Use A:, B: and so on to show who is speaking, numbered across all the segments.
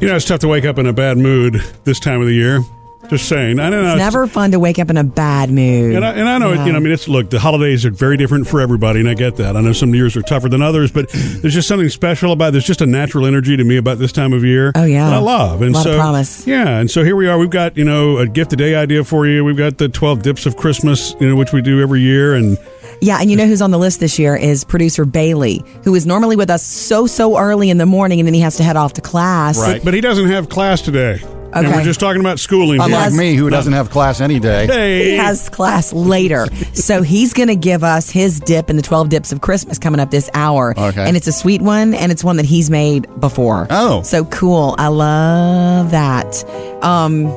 A: You know, it's tough to wake up in a bad mood this time of the year. Just saying. I don't know.
B: It's never fun to wake up in a bad mood.
A: And Uh, I, and I know,
B: Yeah.
A: you know, I mean, it's look, the holidays are very different for everybody, and I get that. I know some years are tougher than others, but there's just something special about. There's just a natural energy to me about this time of year.
B: Oh, yeah.
A: that I love, and
B: Lot of
A: so
B: promise.
A: yeah, and so here we are. We've got you know a gift a day idea for you. We've got the twelve dips of Christmas, you know, which we do every year, and
B: Yeah, and you know who's on the list this year is producer Bailey, who is normally with us so so early in the morning, and then he has to head off to class.
A: But he doesn't have class today, and
B: Okay.
A: we're just talking about schooling. here.
B: Yes.
C: Unlike me, who doesn't have class any day.
A: Hey.
B: He has class later, so he's going to give us his dip in the twelve dips of Christmas coming up this hour.
C: Okay.
B: and it's a sweet one, and it's one that he's made before.
C: Oh.
B: so cool! I love that. Um,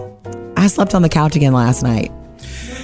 B: I slept on the couch again last night.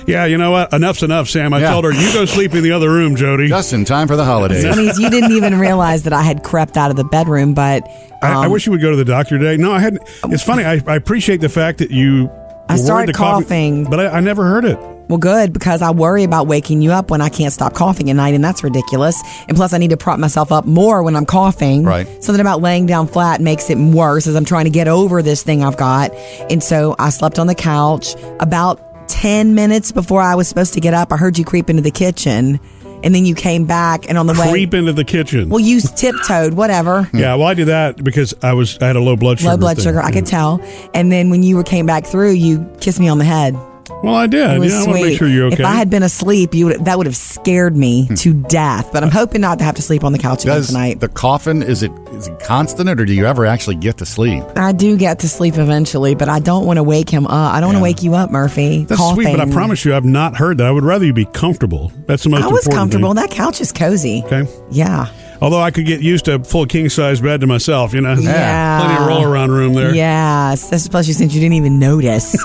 A: Yeah, you know what? Enough's enough, Sam. I
C: Yeah.
A: told her you go sleep in the other room, Jody.
C: Just in time for the holidays.
B: I mean, you didn't even realize that I had crept out of the bedroom, but
A: I, I
B: um,
A: wish you would go to the doctor today. No, I hadn't. It's funny. I, I appreciate the fact that you.
B: I
A: were
B: started
A: worried the coffee-
B: coughing.
A: but I, I never heard it.
B: Well, good, because I worry about waking you up when I can't stop coughing at night, and that's ridiculous. And plus, I need to prop myself up more when I'm coughing.
C: Right.
B: Something about laying down flat makes it worse as I'm trying to get over this thing I've got. And so I slept on the couch about 10 minutes before I was supposed to get up. I heard you creep into the kitchen, and then you came back, and on the way.
A: Creep into the kitchen.
B: Well, you tiptoed, whatever.
A: yeah, well, I did that because I was I had a low blood sugar.
B: Low blood
A: thing.
B: sugar, I could tell. And then when you were came back through, you kissed me on the head.
A: Well, I did.
B: It was
A: yeah, I
B: sweet.
A: want to make sure you're okay. Hmm.
B: If I had been asleep, you would, that would have scared me to death. But I'm hoping not to have to sleep on the couch again
C: Does
B: tonight.
C: the coffin is it is it constant or do you ever actually get to sleep?
B: I do get to sleep eventually, but I don't want to wake him up. I don't want to wake you up, Murphy.
A: That's
B: coughing.
A: sweet, but I promise you, I've not heard that. I would rather you be comfortable. That's the most
B: I was
A: important
B: comfortable.
A: thing.
B: That couch is cozy.
A: Okay.
B: Yeah.
A: Although I could get used to a full king size bed to myself, you know.
B: Yeah.
A: Plenty of roll around room there.
B: Yes. That's especially since you didn't even notice.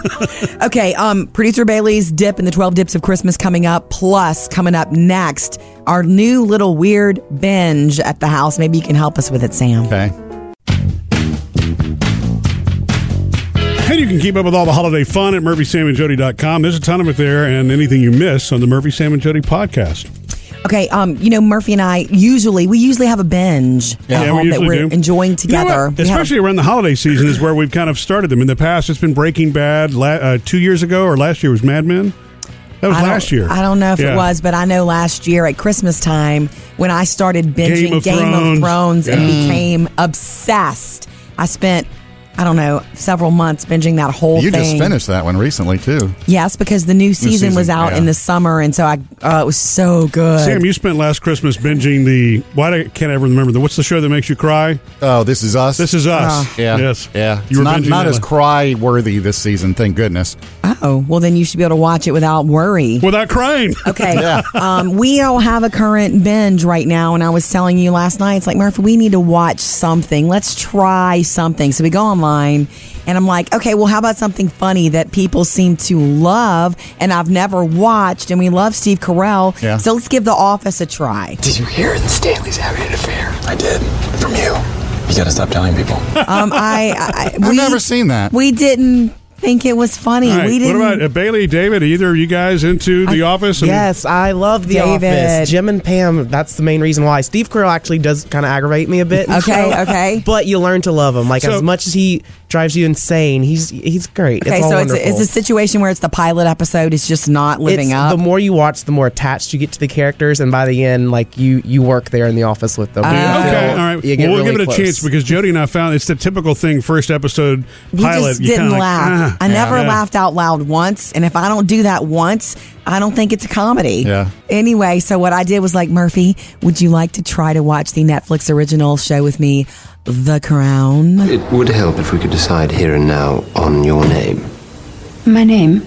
B: okay. Um, producer Bailey's dip and the 12 dips of Christmas coming up. Plus, coming up next, our new little weird binge at the house. Maybe you can help us with it, Sam.
C: Okay.
A: And you can keep up with all the holiday fun at murphysamandjody.com. There's a ton of it there, and anything you miss on the Murphy Sam and Jody podcast.
B: Okay, um, you know Murphy and I usually we usually have a binge
C: Yeah,
B: at
A: we
B: home that
A: usually
B: we're
A: do.
B: enjoying
A: You know what?
B: together. We have-
A: Especially around the holiday season is where we've kind of started them. In the past, it's been Breaking Bad. La- uh, two years ago, or last year was Mad Men. That was
B: I don't-
A: last year.
B: I don't know if
A: Yeah.
B: it was, but I know last year at Christmas time when I started binging
A: Game
B: Game
A: of
B: of
A: Thrones.
B: Thrones, and
A: Yeah.
B: became obsessed. I spent I don't know several months binging that whole
C: You
B: thing.
C: just finished that one recently too.
B: Yes, because the new season, was
C: season,
B: out
C: yeah.
B: in the summer, and so I uh, it was so good.
A: Sam, you spent last Christmas binging the. Why do I can't I ever remember the? What's the show that makes you cry?
C: Oh, this is us.
A: This is us.
B: Uh-huh.
C: yeah,
A: Yes.
C: yeah.
A: You
C: It's
A: were
C: not
A: binging
C: not
A: that
C: as
A: last-
C: cry worthy this season, thank goodness.
B: oh, well then you should be able to watch it without worry.
A: without crying.
B: Okay. Um, we don't have a current binge right now. And I was telling you last night, it's like, Murphy, we need to watch something. Let's try something. So we go online and I'm like, okay, well, how about something funny that people seem to love and I've never watched? And we love Steve Carell.
C: Yeah.
B: So let's give The Office a try.
D: Did you hear the Stanley's having an affair? I did. From you. You gotta stop telling people.
B: Um, I, I,
C: I've
B: we-
C: never seen that.
B: We didn't think it was funny.
A: All right,
B: We
A: what
B: didn't.
A: about uh, Bailey, David? Either of you guys into The Office? and-
E: Yes, I love The
B: David.
E: Office. Jim and Pam, that's the main reason why. Steve Carell actually does kind of aggravate me a bit. in the
B: Okay,
E: show,
B: okay.
E: But you learn to love him. Like,
A: So-
E: as much as he drives you insane, he's he's great.
B: Okay,
E: it's all
B: so it's
E: wonderful.
B: a, it's a situation where it's the pilot episode. It's just not living
E: It's-
B: up.
E: The more you watch, the more attached you get to the characters, and by the end, like you you work there in the office with them.
B: Oh. Uh,
E: You feel-
A: Okay, all right.
E: you
A: Well,
E: get
A: we'll
E: really
A: give it a
E: close.
A: chance because Jody and I found it's the typical thing. First episode
B: You
A: pilot,
B: just
A: you kinda
B: didn't
A: like,
B: laugh.
A: "Ah."
B: I never
A: Yeah.
B: laughed out loud once, and if I don't do that once, I don't think it's a comedy.
C: Yeah.
B: Anyway, so what I did was like, Murphy, would you like to try to watch the Netflix original show with me, The Crown?
F: It would help if we could decide here and now on your name.
G: My name?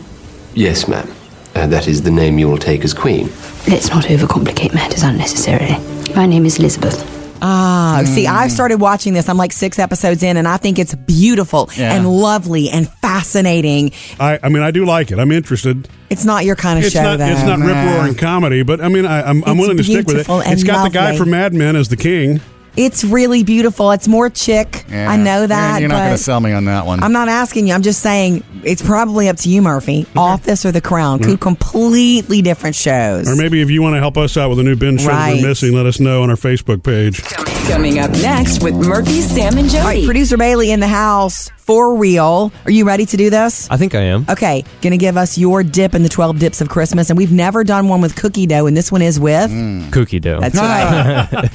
F: Yes, ma'am. Uh, that is the name you will take as queen.
G: Let's not overcomplicate matters unnecessarily. My name is Elizabeth.
B: Ah,
A: Mm-hmm.
B: see, I've started watching this. I'm like six episodes in, and I think it's beautiful
C: Yeah.
B: and lovely and fascinating.
A: I, I mean, I do like it. I'm interested.
B: It's not your kind of
A: It's
B: show,
A: not.
B: though.
A: It's not
C: Nah.
A: rip roaring comedy, but I mean, I, I'm, I'm
B: It's
A: willing to stick with it.
B: beautiful and
A: It's got the guy
B: lovely.
A: from Mad Men as the king.
B: It's really beautiful. It's more chick.
C: Yeah.
B: I know that.
C: You're, you're not
B: but-
C: gonna sell me on that one.
B: I'm not asking you. I'm just saying it's probably up to you, Murphy. Office or The Crown, two completely different shows.
A: Or maybe if you want to help us out with a new binge show that
B: Right.
A: we're missing, let us know on our Facebook page.
H: Coming up next with Murphy, Sam, and
B: All right,
H: Jody.
B: producer Bailey in the house for real. Are you ready to do this?
I: I think I am.
B: Okay, gonna give us your dip in the 12 dips of Christmas. And we've never done one with cookie dough, and this one is with.
I: Cookie dough.
B: Uh, That's right.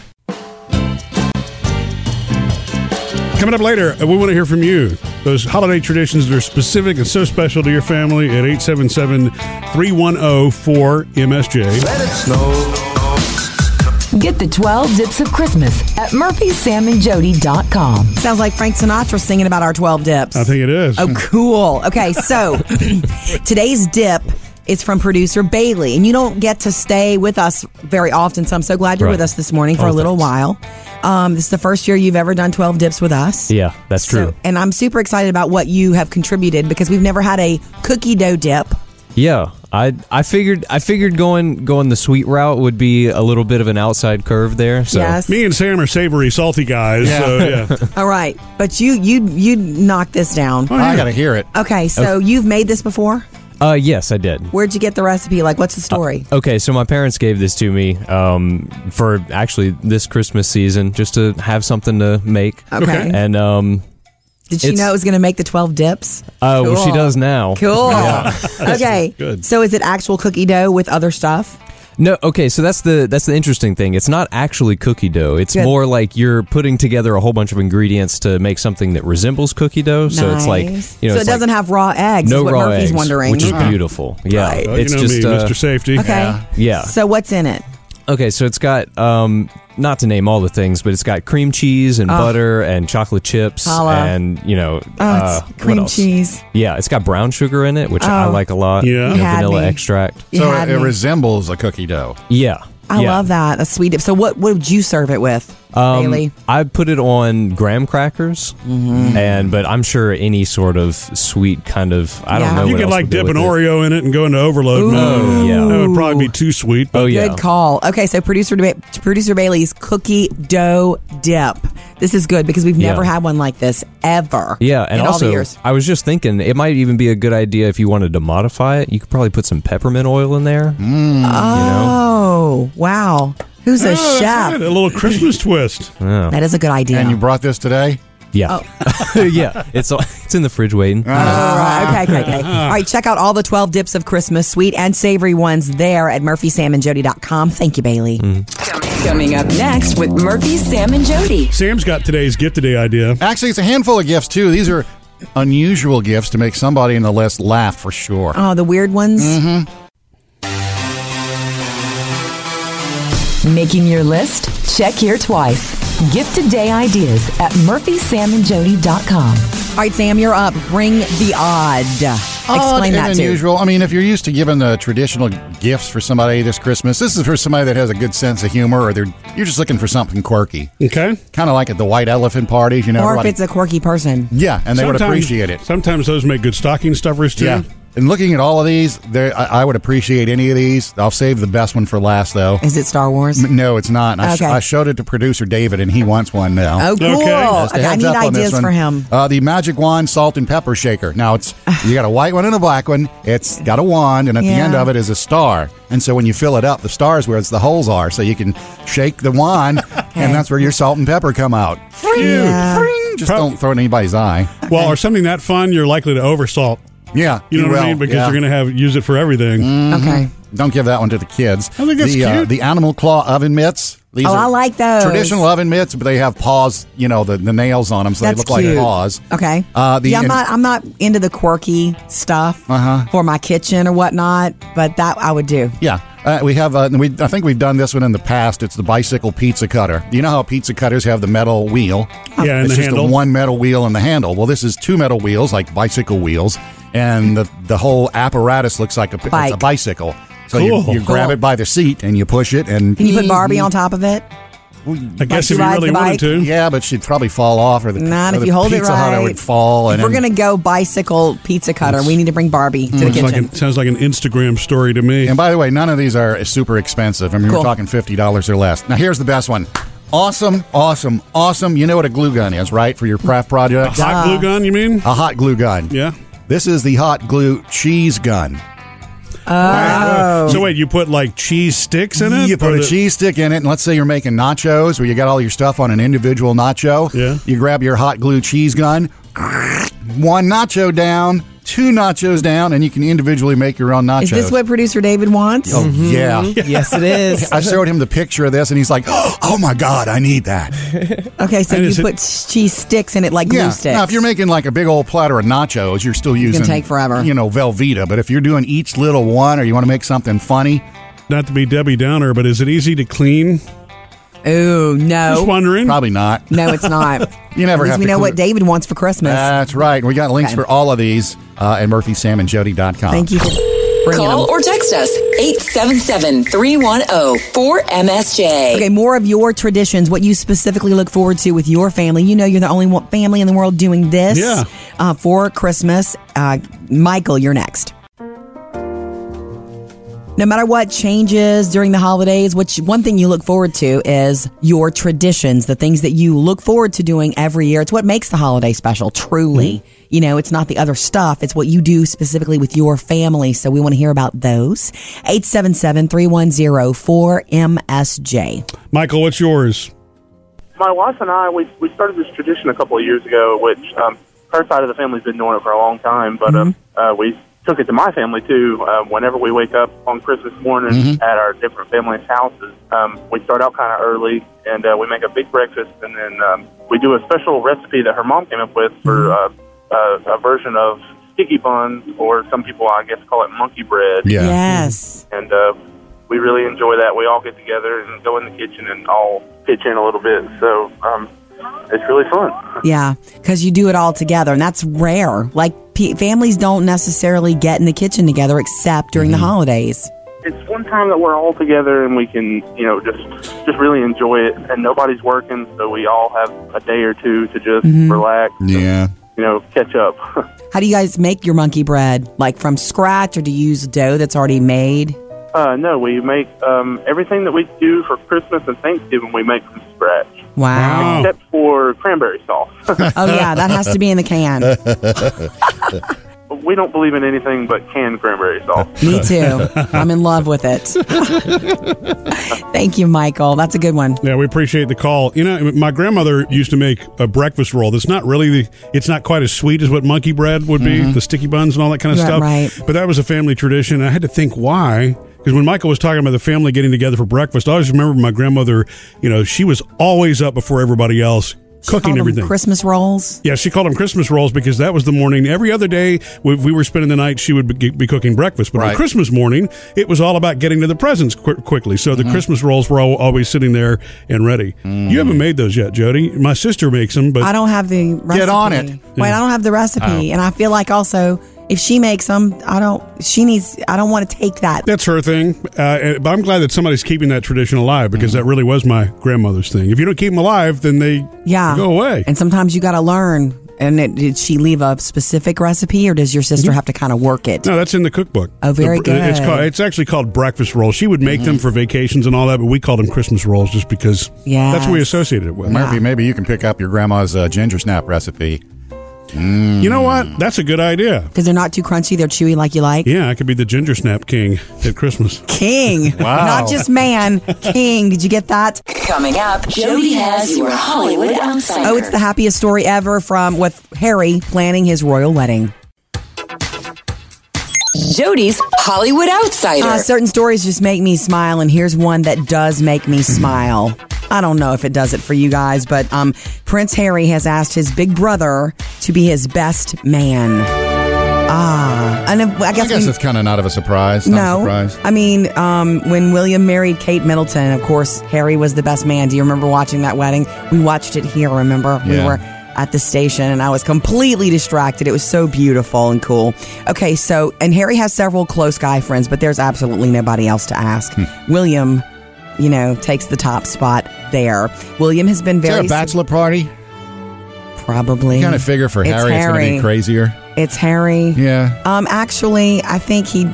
A: Coming up later, uh, we want to hear from you. Those holiday traditions that are specific and so special to your family at 877 310 4MSJ.
H: Get the 12 dips of Christmas at murphysamandjody.com.
B: Sounds like Frank Sinatra singing about our 12 dips.
A: I think it is.
I: Hmm.
B: Oh, cool. Okay, so today's dip is from producer Bailey, and you don't get to stay with us very often, so I'm so glad you're
I: Right.
B: with us this morning for
I: Oh,
B: a little while. Um, this is the first year you've ever done 12 dips with us.
I: Yeah, that's
B: So-
I: true.
B: and I'm super excited about what you have contributed because we've never had a cookie dough dip.
I: Yeah, I I figured I figured going going the sweet route would be a little bit of an outside curve there. So
B: Yes.
A: Me and Sam are savory, salty guys. So, yeah.
B: All right, but you you you knocked this down.
C: I got to hear it.
B: Okay, so you've made this before.
I: uh, yes, I did.
B: Where'd you get the recipe? Like, what's the story?
I: Okay, so my parents gave this to me um, for actually this Christmas season, just to have something to make.
B: Okay.
I: And um,
B: Did she
I: Uh, It's-
B: know it was going to make the 12 dips?
I: uh, well, she
B: Cool.
I: does now.
B: Cool. okay.
A: Good.
B: So is it actual cookie dough with other stuff?
I: No, okay, so that's the that's the interesting thing. It's not actually cookie dough. It's
B: Good.
I: more like you're putting together a whole bunch of ingredients to make something that resembles cookie dough. So it's like
B: Nice.
I: you know,
B: so it
I: it's like
B: doesn't have raw eggs.
I: no
B: is what
I: raw
B: Murphy's
I: eggs,
B: wondering.
I: which is beautiful. Yeah,
B: Right.
A: Well,
I: it's
A: Oh, you know
I: just
A: me,
I: uh,
A: Mr. Safety.
B: Okay.
I: Yeah.
B: So what's in it?
I: Okay, so it's got um not to name all the things, but it's got cream cheese and butter and chocolate chips
B: Oh. Holla.
I: and you know
B: Oh,
I: uh,
B: it's
I: what
B: cream
I: else?
B: cheese.
I: Yeah, it's got brown sugar in it, which I
B: Oh.
I: like a lot.
A: Yeah. You
I: and
B: had
I: vanilla
B: me.
I: extract.
B: You
C: so
B: had
C: it, it
B: me.
C: resembles a cookie dough.
I: Yeah.
B: I
I: yeah.
B: love that. A sweet dip. So what, what would you serve it with,
I: Um,
B: Bailey?
I: I put it on graham crackers,
B: Mm-hmm.
I: and but I'm sure any sort of sweet kind of I
B: Yeah.
I: don't know.
B: You
A: You
I: what
A: could
I: else
A: like
I: would go
A: dip
I: with
A: an
I: it.
A: Oreo in it and go into overload mode.
I: yeah.
A: That would probably be too sweet. But
I: Oh yeah,
B: Good call. Okay, so producer Ba- producer Bailey's cookie dough dip. This is good because we've
I: Yeah.
B: never had one like this ever.
I: yeah, and
B: in all
I: also
B: the years.
I: I was just thinking it might even be a good idea if you wanted to modify it. You could probably put some peppermint oil in there.
B: Mm. Oh wow! Who's a
A: Oh, that's
B: chef?
A: right, A little Christmas twist.
B: That is a good idea.
C: And you brought this today?
I: Yeah.
B: Oh.
I: yeah. It's it's in the fridge waiting.
B: All right. Okay, okay, okay. All right, check out all the 12 dips of Christmas, sweet and savory ones there at murphysamandjody.com. Thank you, Bailey.
H: Coming up next with Murphy, Sam, and Jody.
A: Sam's got today's gift today idea.
C: Actually, it's a handful of gifts, too. These are unusual gifts to make somebody in the list laugh for sure.
B: Oh, the weird ones?
H: Mm-hmm. Making your list? Check here twice. Gift today ideas at murphysamandjody.com.
B: All right, Sam, you're up. Bring the odd. Explain
C: Odd
B: that
C: and
B: to
C: unusual. I mean, if you're used to giving the traditional gifts for somebody this Christmas, this is for somebody that has a good sense of humor, or they're you're just looking for something quirky,
A: Okay.
C: kind of like at the white elephant parties. You know,
B: Or if
C: everybody-
B: it's a quirky person.
C: yeah, and they would appreciate it.
A: Sometimes those make good stocking stuffers too.
C: Yeah. And looking at all of these, there I, I would appreciate any of these. I'll save the best one for last, though.
B: Is it Star Wars?
C: No, it's not. I, sh-
B: Okay.
C: I showed it to producer David, and he wants one now.
B: Oh, cool.
A: Okay.
C: Just
A: That's
C: a
B: Okay, I
C: heads
B: need
C: up on this
B: ideas
C: one.
B: for him.
C: Uh, the magic wand, salt and pepper shaker. Now it's you got a white one and a black one. It's got a wand, and at the
B: Yeah.
C: end of it is a star. And so when you fill it up, the star is where it's the holes are. So you can shake the wand, and that's where your salt and pepper come out.
B: Yeah.
C: Fring! Just
A: Prob-
C: don't throw it in anybody's eye.
A: Well, or something that fun, you're likely to oversalt.
C: Yeah,
A: You know what I
C: will.
A: mean? Because
C: Yeah. Mm.
A: you're going to have use it for everything.
C: Mm-hmm.
B: Okay.
C: Don't give that one to the kids.
A: I think that's
C: the, uh,
A: cute.
C: the animal claw oven mitts. These
B: Oh,
C: are
B: I like those.
C: Traditional oven mitts, but they have paws. You know the, the nails on them, so
B: That's
C: they look
B: cute.
C: like paws.
B: Okay.
C: Uh, the
B: yeah, I'm
C: in- Uh-huh.
B: not. I'm not into the quirky stuff for my kitchen or whatnot, but that I would do.
C: Yeah, uh, we have. Uh, we I think we've done this one in the past. It's the bicycle pizza cutter. You know how pizza cutters have the metal wheel.
A: Yeah, and
C: it's
A: the
C: just
A: handle.
C: a one metal wheel and the handle. Well, this is two metal wheels, like bicycle wheels, and the the whole apparatus looks like a p- It's a
B: Bike.
C: bicycle. So you-
A: Cool.
C: you, grab
B: Cool.
C: it by the seat and you push it, and
B: Can you put Barbie on top of it?
A: I guess
B: she
A: if you
B: rides
A: really
B: the
A: wanted
B: bike.
A: to.
C: Yeah, but she'd probably fall off, or the,
B: Not
C: or
B: if
C: the
B: you hold
C: pizza
B: it right.
C: Hut would fall.
B: If
C: and
B: we're
C: then- Mm,
B: gonna go bicycle pizza cutter, we need to bring Barbie to the
A: Sounds like,
B: kitchen.
A: an, sounds like an Instagram story to me.
C: And by the way, none of these are super expensive. I mean,
B: Cool.
C: we're talking fifty dollars or less. Now, here's the best one. Awesome, awesome, awesome. You know what a glue gun is, right? For your craft project,
A: Hot
C: uh,
A: glue gun, you mean?
C: a hot glue gun.
A: Yeah.
C: This is the hot glue cheese gun.
A: So wait, you put like cheese sticks in it?
C: Oh. You put
A: Or
C: a
A: the-
C: cheese stick in it, and let's say you're making nachos, where you got all your stuff on an individual nacho.
A: Yeah.
C: You grab your hot glue cheese gun, one nacho down, two nachos down, and you can individually make your own nachos.
B: Is this what Mm-hmm. producer David wants?
C: Oh yeah.
E: yes, it is.
C: I showed him the picture of this, and he's like, "Oh my god, I need that."
B: Okay, so
A: And
B: you
A: is it-
B: put cheese sticks in it like glue
C: Yeah.
B: sticks.
C: Now, if you're making like a big old platter of nachos, you're still using
B: take forever.
C: You know, Velveeta. But if you're doing each little one, or you want to make something funny,
A: Not to be Debbie Downer, but is it easy to clean?
B: Ooh,
A: Just
B: no.
A: wondering.
C: probably not.
B: No, it's not.
C: You never
B: At least
C: have
B: we
C: to Ah.
B: know
C: clear-
B: what David wants for Christmas.
C: That's right. We got links
B: Okay.
C: for all of these uh, at murphysamandjody.com.
B: Thank you for bringing them.
J: Call or text us 877 310 4MSJ.
B: Okay, more of your traditions, what you specifically look forward to with your family. You know, you're the only one family in the world doing this
A: Yeah.
B: uh, for Christmas. Uh, Michael, you're next. No matter what changes during the holidays, which one thing you look forward to is your traditions, the things that you look forward to doing every year. It's what makes the holiday special, truly. You know, it's not the other stuff. It's what you do specifically with your family. So we want to hear about those. 877-310-4MSJ.
A: Michael, what's yours?
K: my wife and I, we we started this tradition a couple of years ago, which um, her side of the family's been doing it for a long time. But um, uh, we took it to my family too. Um, whenever we wake up on Christmas morning at our different families' houses, um, we start out kind of early and uh, we make a big breakfast, and then um, we do a special recipe that her mom came up with for uh, uh, a version of sticky buns, or some people I guess call it monkey bread
C: Yeah.
B: Yes.
K: and uh, we really enjoy that. We all get together and go in the kitchen and all pitch in a little bit. So um, it's really fun.
B: Yeah. Because you do it all together, and that's rare. Like, pe families don't necessarily get in the kitchen together except during the holidays.
K: It's one time that we're all together and we can, you know, just just really enjoy it. And nobody's working, so we all have a day or two to just relax,
C: Yeah.
K: you know, catch up.
B: How do you guys make your monkey bread? Like from scratch, or do you use dough that's already made?
K: uh, no, we make um, everything that we do for Christmas and Thanksgiving. We make from scratch,
A: Oh,
B: Wow.
K: except for cranberry sauce.
B: oh, yeah. That has to be in the can.
K: we don't believe in anything but canned cranberry sauce.
B: Me too. I'm in love with it. Thank you, Michael. That's a good one.
A: Yeah, we appreciate the call. You know, my grandmother used to make a breakfast roll that's not really the, it's not quite as sweet as what monkey bread would be, the sticky buns and all that kind of
B: Right,
A: stuff.
B: Mm-hmm. right.
A: But that was a family tradition. I had to think why. Because when Michael was talking about the family getting together for breakfast, I always remember my grandmother, you know, she was always up before everybody else cooking
B: Call them
A: everything.
B: Christmas rolls.
A: Yeah, she called them Christmas rolls because that was the morning. Every other day, we, we were spending the night, she would be, be cooking breakfast. But on
C: Right.
A: Christmas morning, it was all about getting to the presents qui- quickly. So the Christmas rolls were al always sitting there and ready. You haven't made those yet, Jody. My sister makes them, but
B: I don't have the recipe.
C: Get on it.
B: Wait, I don't have the recipe. And I feel like also, if she makes them, I don't, she needs, I don't want to take that.
A: that's her thing. Uh, and- but I'm glad that somebody's keeping that tradition alive because that really was my grandmother's thing. If you don't keep them alive, then they
B: Yeah.
A: go away.
B: And sometimes you got to learn. And it, did she leave a specific recipe or does your sister have to kind of work it?
A: No, that's in the cookbook.
B: Oh, very
A: The- It's
B: good.
A: called. It's actually called breakfast rolls. She would make them for vacations and all that, but we called them Christmas rolls just because.
B: Yes.
A: that's what we associated it with.
C: Murphy, maybe you can pick up your grandma's uh, ginger snap recipe.
A: You know what? That's a good idea.
B: Because they're not too crunchy, they're chewy like you like.
A: Yeah, I could be the ginger snap king at Christmas.
B: King.
C: Wow.
B: Not just man, king. Did you get that?
J: Coming up, Jody has your Hollywood outsider.
B: Oh, it's the happiest story ever from with Harry planning his royal wedding.
J: Jody's Hollywood outsider.
B: Uh, certain stories just make me smile, and here's one that does make me smile. I don't know if it does it for you guys, but um, Prince Harry has asked his big brother to be his best man. Ah, and if- I
C: I
B: guess,
C: guess
B: we-
C: it's kind of not of a surprise. Not
B: no.
C: a surprise.
B: I mean, um, when William married Kate Middleton, of course, Harry was the best man. Do you remember watching that wedding? We watched it here. Remember, we
C: Yeah.
B: were at the station, and I was completely distracted. It was so beautiful and cool. Okay, so and Harry has several close guy friends, but there's absolutely nobody else to ask.
C: Hmm.
B: William, you know, takes the top spot there. William has been
C: Is there
B: very
C: a bachelor party?
B: probably
C: You kind of figure for
B: It's
C: Harry, it's going to
B: Harry.
C: be crazier.
B: It's Harry.
C: Yeah.
B: Um, actually, I think he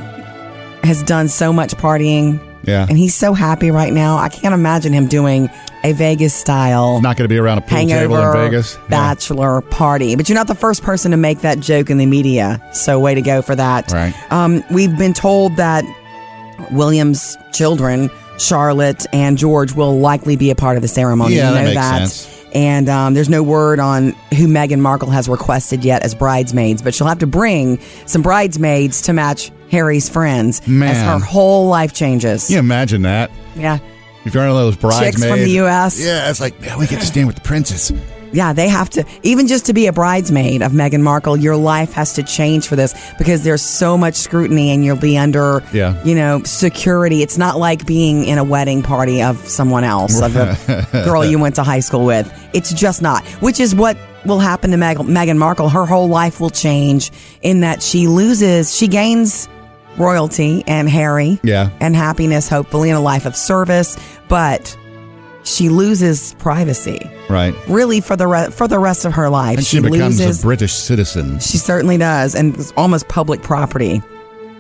B: has done so much partying
C: Yeah.
B: And he's so happy right now. I can't imagine him doing a Vegas style.
C: Not going to be around a pool table in Vegas. Yeah.
B: Bachelor party. But you're not the first person to make that joke in the media. So way to go for that.
C: Right.
B: Um, we've been told that William's children, Charlotte and George, will likely be a part of the ceremony.
C: Yeah,
B: you
C: that
B: know
C: makes
B: that.
C: sense.
B: And um, there's no word on who Meghan Markle has requested yet as bridesmaids, but she'll have to bring some bridesmaids to match Harry's friends as
C: Man.
B: her whole life changes.
C: Can you imagine that?
B: Yeah.
C: If you're one of those bridesmaids.
B: Chicks from the U.S.
C: Yeah, it's like, man, we get to stand with the princess.
B: Yeah, they have to, even just to be a bridesmaid of Meghan Markle, your life has to change for this because there's so much scrutiny and you'll be under,
C: Yeah.
B: you know, security. It's not like being in a wedding party of someone else, of a girl you went to high school with. It's just not, which is what will happen to Meg- Meghan Markle. Her whole life will change in that she loses, she gains royalty and Harry
C: Yeah.
B: and happiness, hopefully, in a life of service, but she loses privacy
C: Right.
B: really for the re- for the rest of her life.
C: And she, becomes
B: loses.
C: a British citizen.
B: she certainly does, and it's almost public property.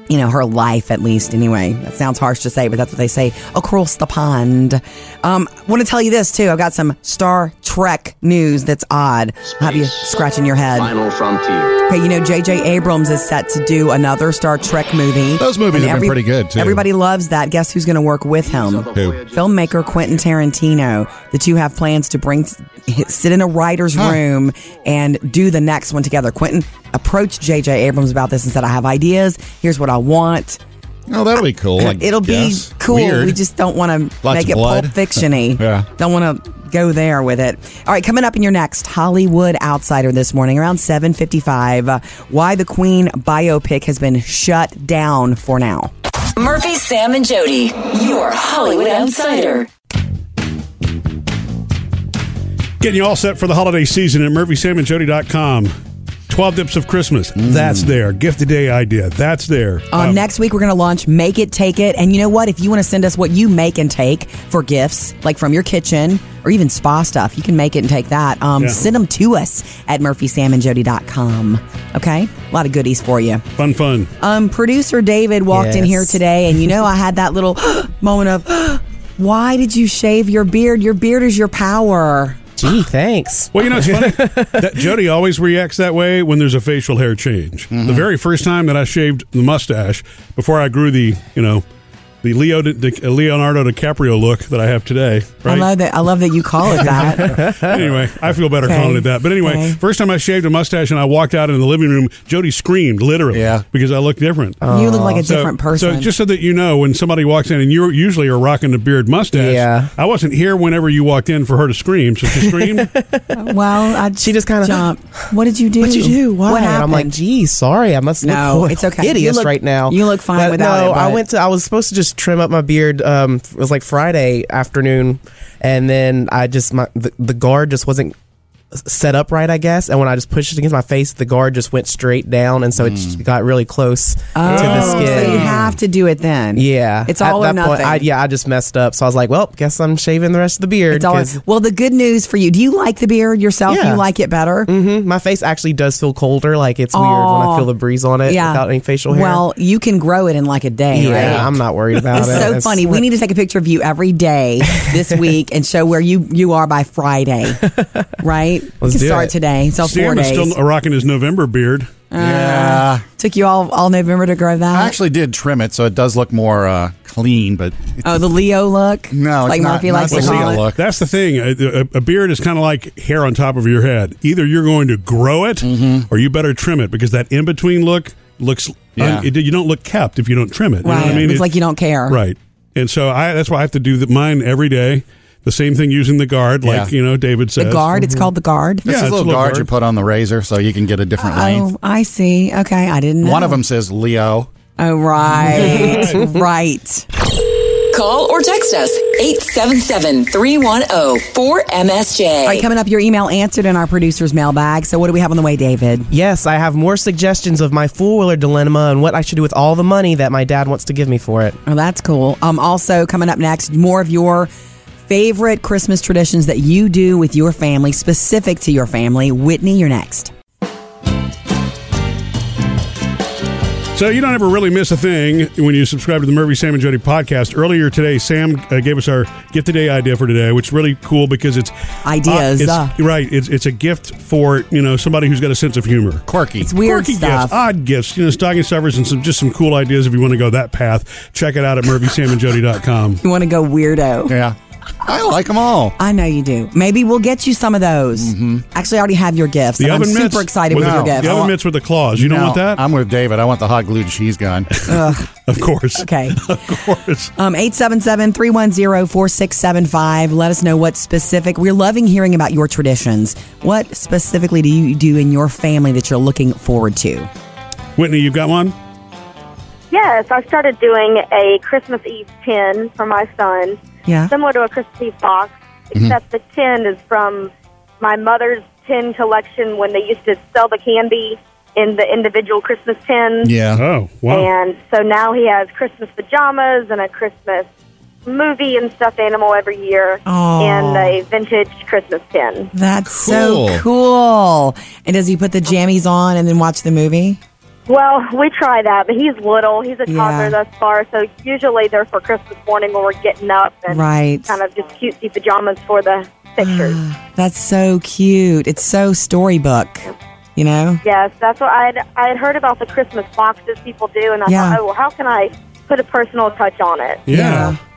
B: You know, her life at least. Anyway, that sounds harsh to say, but that's what they say across the pond. Um, want to tell you this too. I've got some Star Trek news that's odd. I'll have you scratching your head?
F: Final frontier.
B: Okay, you know J.J. Abrams is set to do another Star Trek movie.
C: Those movies have been pretty good, too.
B: Everybody loves that. Guess who's going to work with him?
C: Who?
B: Filmmaker Quentin Tarantino. The two have plans to bring sit in a writer's room and do the next one together. Quentin approached J.J. Abrams about this and said, "I have ideas. Here's what I want.
C: Oh, that'll be cool. I
B: It'll
C: guess.
B: be cool.
C: Weird.
B: We just don't want to
C: Lots
B: make
C: of
B: it
C: blood.
B: pulp fictiony.
C: Yeah.
B: Don't want to go there with it. All right, coming up in your next Hollywood Outsider this morning around 7:55, uh, why the Queen biopic has been shut down for now.
J: Murphy, Sam, and Jody, your Hollywood Outsider.
A: Getting you all set for the holiday season at murphysamandjody.com. 12 Dips of Christmas. That's there. Gift a day idea. That's there.
B: Uh,
C: Um,
B: next week, we're going to launch Make It Take It. And you know what? If you want to send us what you make and take for gifts, like from your kitchen or even spa stuff, you can make it and take that. Um,
A: Yeah.
B: Send them to us at murphysamandjody.com. Okay? A lot of goodies for you.
A: Fun, fun.
B: Um, producer David walked in
E: Yes.
B: here today, and you know I had that little moment of, why did you shave your beard? Your beard is your power.
E: Gee, thanks.
A: Well, you know, it's funny that Jody always reacts that way when there's a facial hair change. The very first time that I shaved the mustache before I grew the, you know, the Leo Di- Di- Leonardo DiCaprio look that I have today.
B: I
A: Right?
B: love that. I love that you call it that.
A: anyway, I feel better
B: Okay.
A: calling it that. But anyway,
B: Okay.
A: first time I shaved a mustache and I walked out in the living room, Jody screamed literally
C: Yeah.
A: because I looked different.
B: you look like a Oh. different person.
A: So just so that you know, when somebody walks in and you usually are rocking the beard mustache,
E: Yeah.
A: I wasn't here whenever you walked in for her to scream. So she screamed.
B: well, I
E: She just kinda-
B: jump. What did you do?
E: What'd you do? Why?
B: What
E: And
B: happened?
E: I'm like, gee, sorry. I must
B: No,
E: look
B: it's okay. You
E: hideous
B: look-
E: right now.
B: you look fine
E: but
B: without
E: no,
B: it,
E: I
B: but-
E: went to. I was supposed to just trim up my beard. Um, it was like Friday afternoon, and then I just my the, the guard just wasn't set up right, I guess. And when I just pushed it against my face, the guard just went straight down, and so it just got really close to the
B: Mm. Oh,
E: skin.
B: So you have to do it then.
E: yeah,
B: It's
E: At
B: all or
E: that
B: nothing.
E: Point, I, yeah, I just messed up, so I was like, "Well, guess I'm shaving the rest of the beard."
B: It's all,
E: 'cause-
B: well, the good news for you. Do you like the beard yourself?
E: Yeah.
B: You like it better?
E: Mhm. My face actually does feel colder. Like it's weird when I feel the breeze on it without any facial hair.
B: Oh, Well, you can grow it in like a day.
E: yeah,
B: right?
E: I'm not worried about
B: It's
E: it.
B: so
E: It's-
B: funny. We need to take a picture of you every day this week and show where you you are by Friday, right?
E: Let's
B: you
E: do
B: can start
E: it.
B: today. So four
A: Sam is
B: days.
A: still rocking his November beard.
C: yeah.
B: Took you all all November to grow that.
C: I actually did trim it, so it does look more uh, clean, but it-
B: oh, the Leo look.
C: No, it's
B: like
C: not-
B: Murphy
C: not
B: likes
C: the
B: to call
C: Leo
B: it.
C: look.
A: That's the thing. A, a- a beard is kind of like hair on top of your head. Either you're going to grow it,
B: Mm-hmm.
A: or you better trim it because that in between look looks.
C: Yeah.
A: it- you don't look kept if you don't trim it. You know
B: Right.
A: what I mean?
B: Looks like you don't care.
A: Right. And so I that's why I have to do the, mine every day. The same thing using the guard, like
C: Yeah.
A: you know David says.
B: The guard. It's called the guard.
A: Yeah,
C: this is
A: it's
C: a
A: a
C: little
A: little
C: guard
A: guard.
C: you put on the razor so you can get a different length.
B: Oh, I see. Okay, I didn't. know.
C: One of them says Leo.
B: Oh, right, right.
J: Call or text us 877 310
B: All right,
J: 4MSJ.
B: coming up, your email answered in our producer's mailbag. So, what do we have on the way, David?
E: Yes, I have more suggestions of my four wheeler dilemma and what I should do with all the money that my dad wants to give me for it.
B: Oh, that's cool. Um, also coming up next, more of your favorite Christmas traditions that you do with your family, specific to your family. Whitney, you're next.
A: So you don't ever really miss a thing when you subscribe to the Murphy Sam and Jody podcast. Earlier today, Sam uh, gave us our gift today idea for today, which is really cool because it's
B: Ideas,
A: it's-
B: uh.
A: right? It's it's a gift for you know somebody who's got a sense of humor,
C: quirky, it's
B: weird
A: quirky
B: stuff.
A: gifts, Uh, odd gifts, you know, stocking stuffers, and some just some cool ideas. If you want to go that path, check it out at murphysamandjody.com.
B: You want to go weirdo.
C: Yeah. I like them all.
B: I know you do. Maybe we'll get you some of those. Actually, I already have your gifts.
A: Mm-hmm. The
B: and I'm
A: oven mitts
B: super excited with
A: with
B: your
A: the-
B: gifts. Oh,
A: the oven mitts with the claws. You don't
C: No,
A: want
B: Uh,
A: that,
C: I'm with David. I want the hot glued cheese gun.
A: of course.
B: Okay.
A: of course.
B: Um, 877-310-4675. Let us know what specific. We're loving hearing about your traditions. What specifically do you do in your family that you're looking forward to?
A: Whitney, you got one.
L: Yes, I started doing a Christmas Eve tin for my son.
B: Yeah.
L: Similar to a Christmas Eve box,
A: Mhm.
L: except the tin is from my mother's tin collection when they used to sell the candy in the individual Christmas tins.
A: Oh, wow.
L: And so now he has Christmas pajamas and a Christmas movie and stuffed animal every year
B: Aw.
L: and a vintage Christmas tin.
B: That's
L: Cool.
B: so cool. And does he put the jammies on and then watch the movie?
L: Well, we try that, but he's little. He's a
B: Yeah.
L: toddler thus far, so usually they're for Christmas morning when we're getting up and
B: Right. Ah.
L: kind of just cutesy pajamas for the pictures.
B: That's so cute. It's so storybook. You know?
L: yes, that's what I'd I had heard about the Christmas boxes people do, and I
B: Yeah.
L: thought, oh, well, how can I put a personal touch on it?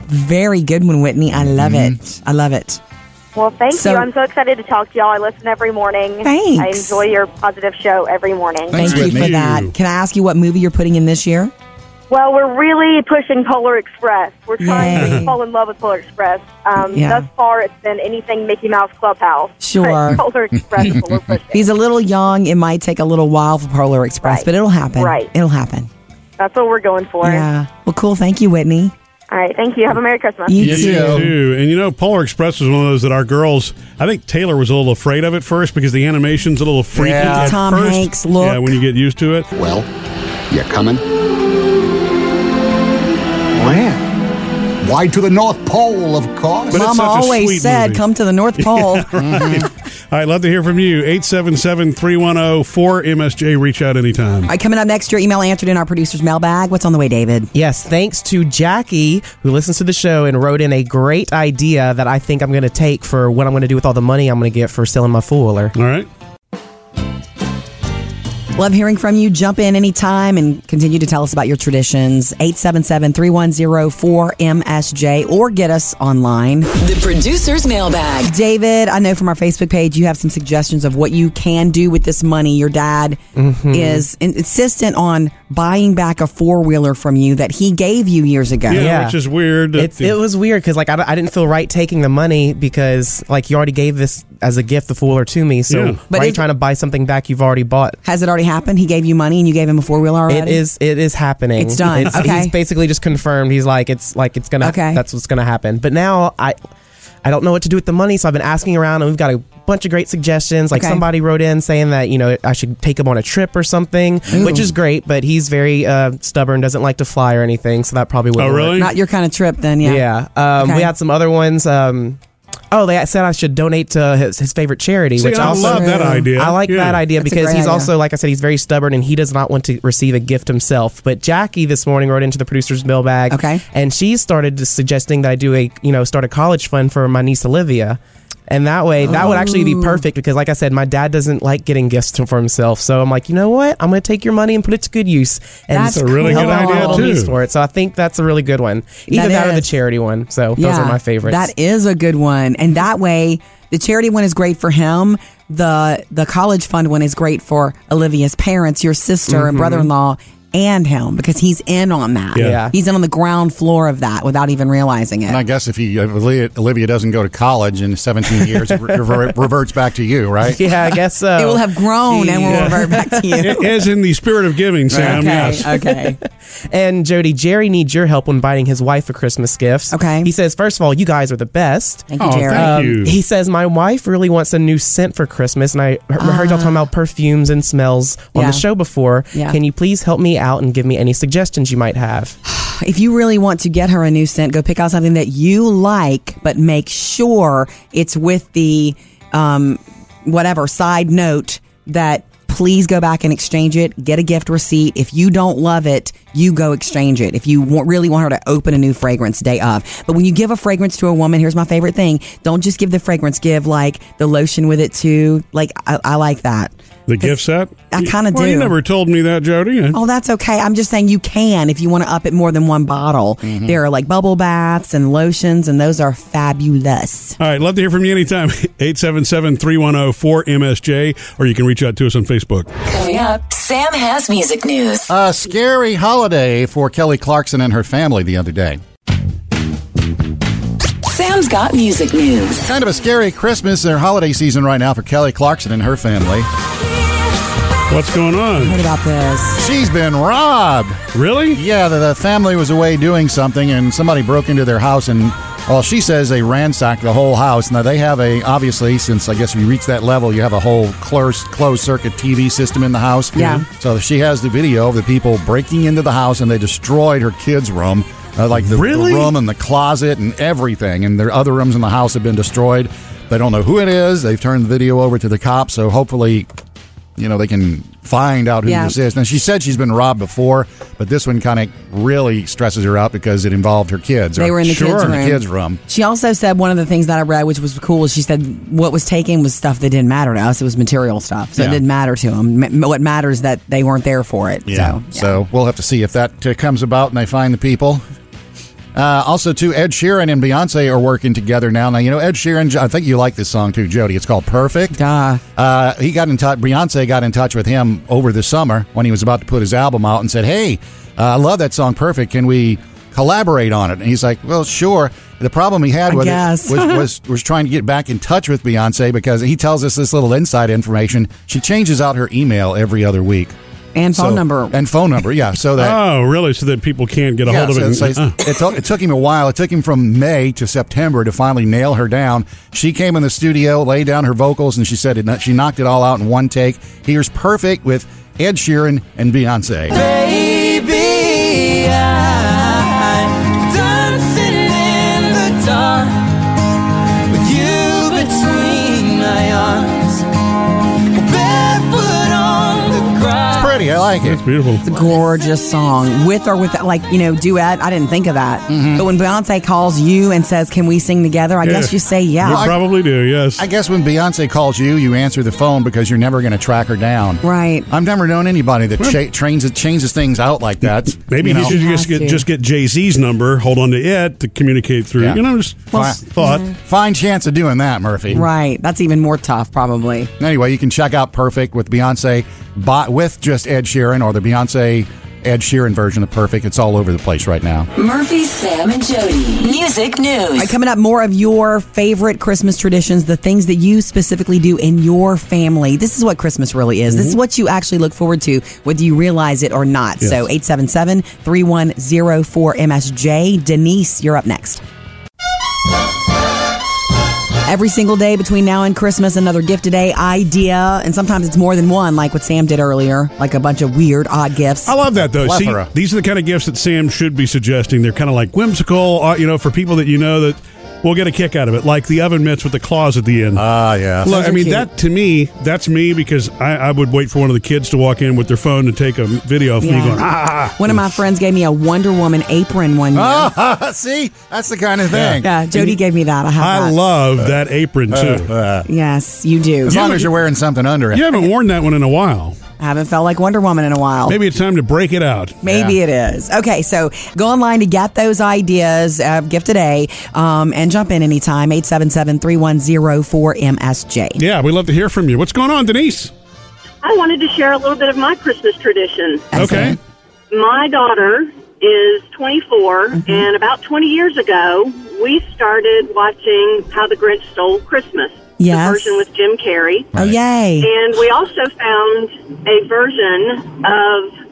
B: Very good one, Whitney. I love it. I love it.
L: Well, thank
B: So-
L: you. I'm so excited to talk to y'all. I listen every morning.
B: Thanks.
L: I enjoy your positive show every morning.
B: Thank you for that. Can I ask you what movie you're putting in this year?
L: Well, we're really pushing Polar Express. We're trying
B: Yay.
L: to fall in love with Polar Express. Um,
B: Yeah.
L: Thus far, it's been anything Mickey Mouse Clubhouse. But
B: Sure.
L: Polar Express is what we're pushing.
B: He's a little young. It might take a little while for Polar Express, but it'll happen.
L: Right.
B: It'll happen.
L: That's what we're going for.
B: Yeah. Well, cool. Thank you, Whitney.
L: All right. Thank you. Have a Merry Christmas.
A: You do. And you know, Polar Express was one of those that our girls, I think Taylor was a little afraid of at first because the animation's a little freaky.
B: Yeah.
A: at
B: Tom
A: first.
B: Hanks look.
A: Yeah, when you get used to it. Well,
M: You coming? Where? Why to the North Pole, of course.
B: Mama always said, come to the North Pole.
A: All right, love to hear from you. 877 310 4MSJ. Reach out anytime.
B: All right, coming up next, your email answered in our producer's mailbag. What's on the way, David?
E: Yes, thanks to Jackie who listens to the show and wrote in a great idea that I think I'm going to take for what I'm going to do with all the money I'm going to get for selling my four wheeler.
A: All right.
B: Love hearing from you. Jump in anytime and continue to tell us about your traditions. 877 310 4MSJ or get us online.
J: The producer's mailbag.
B: David, I know from our Facebook page you have some suggestions of what you can do with this money. Your dad
E: Mm-hmm.
J: Mhm.
B: is in- insistent on buying back a four wheeler from you that he gave you years ago.
A: weird.
E: It's, it was weird because like I, d- I didn't feel right taking the money because like you already gave this as a gift the fuller to me. So
B: Yeah. But
E: why are you
B: it-
E: trying to buy something back you've already bought?
B: Has it already happened? He gave you money and you gave him a four wheeler already?
E: It is it is happening.
B: It's done. Okay.
E: He's basically just confirmed. He's like it's like it's gonna.
B: Okay.
E: That's what's gonna happen. But now I I don't know what to do with the money, so I've been asking around, and we've got a bunch of great suggestions. Like
B: Okay.
E: somebody wrote in saying that you know I should take him on a trip or something,
B: Ooh.
E: which is great. But he's very uh, stubborn, doesn't like to fly or anything, so that probably wouldn't. work.
B: Not your kind of trip then, yeah.
E: Yeah. Um,
B: Okay.
E: We had some other ones. Um, oh, they said I should donate to his, his favorite charity,
A: See,
E: which
A: I
E: also,
A: love that idea.
E: I like
A: Yeah.
E: that idea
A: That's a
E: because
A: great
E: he's
A: idea.
E: also, like I said, he's very stubborn and he does not want to receive a gift himself. But Jackie this morning wrote into the producer's mailbag, okay, and she started just suggesting that I do a you know start a college fund for my niece Olivia. And that way, that would actually be
B: Oh.
E: perfect because, like I said, my dad doesn't like getting gifts to, for himself. So I'm like, you know what? I'm going to take your money and put it to good use. And
B: That's That's a really
E: help
B: good
E: out
B: idea,
E: little
B: too.
E: niece for it. So I think that's a really good one. Either
B: That
E: that, or the
B: is.
E: charity one. So those are my favorites.
B: That is a good one. And that way the charity one is great for him. The the college fund one is great for Olivia's parents, your sister and
E: Mhm.
B: brother in law and him because he's in on that.
C: Yeah. Yeah.
B: He's in on the ground floor of that without even realizing it.
C: And I guess if he if Olivia Olivia doesn't go to college in 17 years, it re- rever- reverts back to you, right?
E: Yeah, I guess so.
B: It will have grown and will
E: oh, Yeah.
B: revert back to you.
A: As in the spirit of giving, Sam.
E: Okay,
A: yes.
B: okay.
E: and Jody, Jerry needs your help when buying his wife a Christmas gift. Okay. He says, first of all, you guys are the best. Um,
B: Thank you, Oh, Jerry. thank you.
E: He says, my wife really wants a new scent for Christmas, and I he- heard y'all talking about perfumes and smells on
B: Ah. Yeah.
E: the show before.
B: Yeah.
E: Can you please help me out and give me any suggestions you might have?
B: If you really want to get her a new scent, go pick out something that you like, but make sure it's with the um, whatever side note that please go back and exchange it. Get a gift receipt. If you don't love it, you go exchange it. If you want, really want her to open a new fragrance day of. But when you give a fragrance to a woman, here's my favorite thing don't just give the fragrance, give like the lotion with it too. Like, I, I like that.
A: The gift set?
B: I kind of
A: well,
B: do.
A: you never told me that, Jody. I-
B: Oh, that's okay. I'm just saying you can if you want to up it more than one bottle.
C: Mm-hmm.
B: There are like bubble baths and lotions, and those are fabulous.
A: All right, love to hear from you anytime. 877 310 4MSJ, or you can reach out to us on Facebook.
J: Coming up, Sam has music news.
C: A scary holiday for Kelly Clarkson and her family the other day.
J: Sam's got music news.
C: Kind of a scary Christmas or holiday season right now for Kelly Clarkson and her family.
A: What's going on?
B: What about this?
C: She's been robbed.
A: Really?
C: Yeah, the, the family was away doing something, and somebody broke into their house, and well, she says they ransacked the whole house. Now they have a obviously, since I guess if you reach that level, you have a whole closed closed circuit TV system in the house. Mm-hmm.
B: Yeah.
C: So she has the video of the people breaking into the house, and they destroyed her kids' room. Uh, like the, the
A: Really?
C: room and the closet and everything, and their other rooms in the house have been destroyed. They don't know who it is. They've turned the video over to the cops, so hopefully, you know, they can find out who
B: Yeah.
C: this is. Now, she said she's been robbed before, but this one kind of really stresses her out because it involved her kids.
B: They were in the
C: Sure,
B: kids'
C: in the
B: room.
C: kids' room.
B: She also said one of the things that I read, which was cool, is she said what was taken was stuff that didn't matter to us. It was material stuff. So
C: Yeah.
B: it didn't matter to them. M- what matters that they weren't there for it.
C: Yeah.
B: So.
C: So, we'll have to see if that uh, comes about and they find the people. Uh, also, too, Ed Sheeran and Beyonce are working together now. Now, you know, Ed Sheeran, I think you like this song too, Jody. It's called Perfect.
B: Duh.
C: Uh, he got in touch, Beyonce got in touch with him over the summer when he was about to put his album out and said, Hey, uh, I love that song, Perfect. Can we collaborate on it? And he's like, Well, sure. The problem he had
B: I
C: with
B: guess.
C: it was, was, was trying to get back in touch with Beyonce because he tells us this little inside information. She changes out her email every other week.
B: And phone
C: So-
B: number.
C: And phone number, yeah. So that
A: oh, really? So that people can't get a
C: yeah,
A: hold of
C: so
A: it.
C: it's like-
A: Uh,
C: it, took, it took him a while. It took him from May to September to finally nail her down. She came in the studio, laid down her vocals, and she said it, she knocked it all out in one take. Here's perfect with Ed Sheeran and Beyonce.
N: Baby, I done sitting in the dark with you between my arms, barefoot on the grass.
C: It's pretty. I like it.
A: It's beautiful.
B: It's a gorgeous song, with or without, like you know, duet. I didn't think of that, but when Beyonce calls you and says, "Can we sing together?" I guess
A: Yeah.
B: you say, "Yeah."
A: You probably do, yes.
C: I guess when Beyonce calls you, you answer the phone because you're never going to track her down.
B: Right.
C: I've never known anybody that cha- trains changes things out like that.
A: Maybe
C: you
A: you,
C: know.
A: should just
B: Has
A: get,
B: to.
A: just get Jay Z's number, hold on to it to communicate through.
C: Yeah.
A: You know, just
B: Well, Mm-hmm.
A: fi- thought.
C: Fine chance of doing that, Murphy.
B: Right. That's even more tough, probably.
C: Anyway, you can check out Perfect with Beyonce, bot with just Ed Sheeran or the Beyonce Ed Sheeran version of Perfect. It's all over the place right now.
J: Murphy, Sam, and Jody. Music
B: All right,
J: news.
B: coming up, more of your favorite Christmas traditions, the things that you specifically do in your family. This is what Christmas really is.
A: Mm-hmm.
B: This is what you actually look forward to, whether you realize it or not.
A: Yes.
B: So 877 3104 MSJ. Denise, you're up next. Every single day between now and Christmas, another gift a day idea, and sometimes it's more than one, like what Sam did earlier, like a bunch of weird, odd gifts.
A: I love that though. See,
C: Plethora.
A: these are the kind of gifts that Sam should be suggesting. They're kind of like whimsical, uh, you know, for people that you know that will get a kick out of it, like the oven mitts with the claws at the end.
C: Ah, yeah.
A: Look,
B: Those
A: I
B: are
A: mean,
B: cute.
A: that to me, that's me because I, I would wait for one of the kids to walk in with their phone to take a video of
B: Yeah.
A: me going, ah.
B: One of my friends gave me a Wonder Woman apron one year.
C: Ah, see, that's the kind of thing.
B: Yeah, Jody gave me that. I have
A: I
B: that.
A: love that apron too.
B: uh, Yes, you do.
C: As long as you're wearing something under it.
A: you haven't worn that one in a while.
B: I haven't felt like Wonder Woman in a while.
A: Maybe it's time to break it out.
B: Maybe
C: Yeah.
B: it is. Okay, so go online to get those ideas of Gift Today um, and jump in anytime, 877-3104-MSJ.
A: Yeah, we love to hear from you. What's going on, Denise?
O: I wanted to share a little bit of my Christmas tradition.
A: Okay.
O: My daughter is 24,
B: Mm-hmm.
O: and about 20 years ago, we started watching How the Grinch Stole Christmas,
B: Yes.
O: the version with Jim Carrey.
B: Oh, yay.
O: And we also found a version of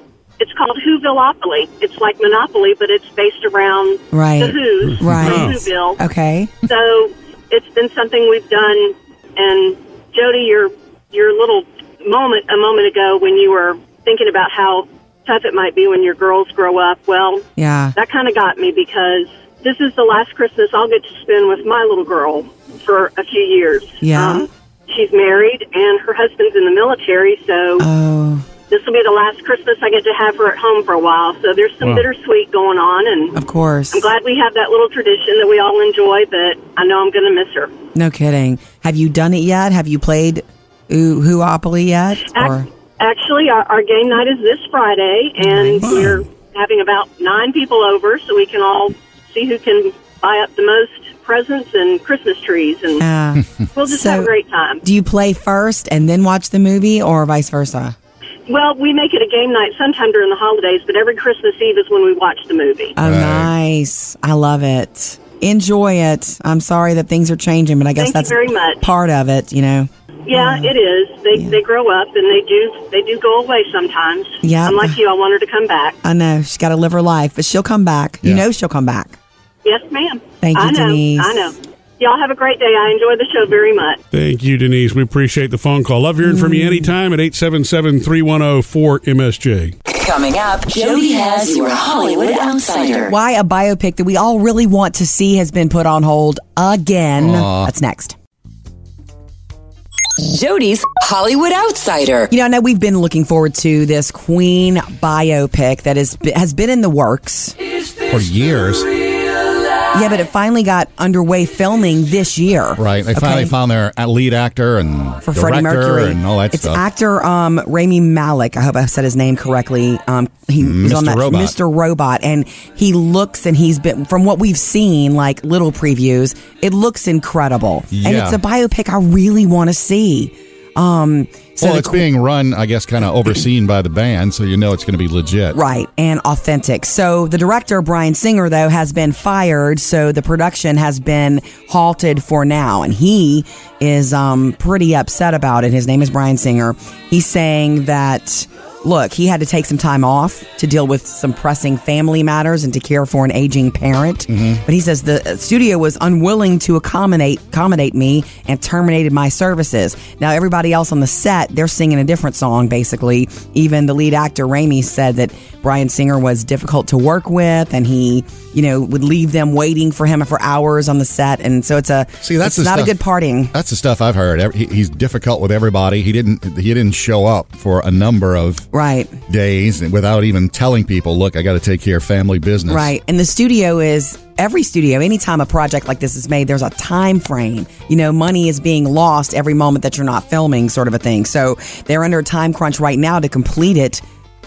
O: it's called Whovillopoly. It's like Monopoly, but it's based around
B: Right.
O: the Who's, from
B: Right.
O: Whoville.
B: Okay.
O: So it's been something we've done. And Jody, your your little moment a moment ago when you were thinking about how tough it might be when your girls grow up. Well,
B: Yeah.
O: that kind of got me because this is the last Christmas I'll get to spend with my little girl for a few years. Um,
B: Yeah.
O: she's married and her husband's in the military, so
B: Uh. Oh,
O: this will be the last Christmas I get to have her at home for a while. So there's some
B: Wow.
O: bittersweet going on, and
B: Of course.
O: I'm glad we have that little tradition that we all enjoy. But I know I'm going to miss her.
B: No kidding. Have you done it yet? Have you played Ooh Hoopopoly yet? Or
O: Actually, our, our game night is this Friday, and we're having about nine people over, so we can all see who can buy up the most presents and Christmas trees, and
B: Yeah.
O: we'll just
B: So,
O: have a great time.
B: uh, do you play first and then watch the movie, or vice versa?
O: Well, we make it a game night sometime during the holidays, but every Christmas Eve is when we watch the movie.
B: Oh, nice! I love it. Enjoy it. I'm sorry that things are changing, but I guess
O: Thank
B: that's
O: you very much.
B: part of it. You know.
O: Yeah, it is. They they grow up and they do they do go away sometimes.
B: Yeah.
O: I'm like you. I want her to come back.
B: I know she's got to live her life, but she'll come back. You know she'll come back.
O: Yes, ma'am.
B: Thank you,
O: I know.
B: Denise.
O: I know. Y'all have a great day. I enjoy the show very much.
A: Thank you, Denise. We appreciate the phone call. Love hearing
B: Mm.
A: from you anytime at 877 310 4MSJ.
J: Coming up, Jody has your Hollywood Outsider.
B: Why a biopic that we all really want to see has been put on hold again.
J: Aw.
B: That's next.
J: Jody's Hollywood Outsider.
B: You know, I know we've been looking forward to this Queen biopic that is has been in the works.
C: For years.
B: Yeah, but it finally got underway filming this year.
C: Right. They finally
B: Okay.
C: found their lead actor and
B: for
C: director
B: Freddie Mercury
C: and all that
B: it's
C: stuff.
B: actor um, Rami Malik. I hope I said his name correctly. Um, he was on
C: Mr.
B: that
C: Mm, Robot.
B: Mr. Robot, and he looks and he's been from what we've seen, like little previews. It looks incredible, and
C: Yeah.
B: it's a biopic I really want to see. Um, so
C: well,
B: the
C: it's
B: qu-
C: being run, I guess, kind of overseen by the band, so you know it's going to be legit.
B: Right, and authentic. So the director, Brian Singer, though, has been fired, so the production has been halted for now, and he is um, pretty upset about it. His name is Brian Singer. He's saying that, look, he had to take some time off to deal with some pressing family matters and to care for an aging parent.
C: Mm-hmm.
B: But he says the studio was unwilling to accommodate accommodate me and terminated my services. Now everybody else on the set, they're singing a different song basically. Even the lead actor Ramey said that Brian Singer was difficult to work with and he, you know, would leave them waiting for him for hours on the set and so it's a
C: See, that's the
B: it's not
C: stuff-
B: a good partying.
C: That's the stuff I've heard. Every- he- He's difficult with everybody. He didn't. He didn't show up for a number of
B: right
C: days without even telling people. Look, I got to take care of family business.
B: Right. And the studio is every studio, anytime a project like this is made, there's a time frame. You know, money is being lost every moment that you're not filming, sort of a thing. So they're under a time crunch right now to complete it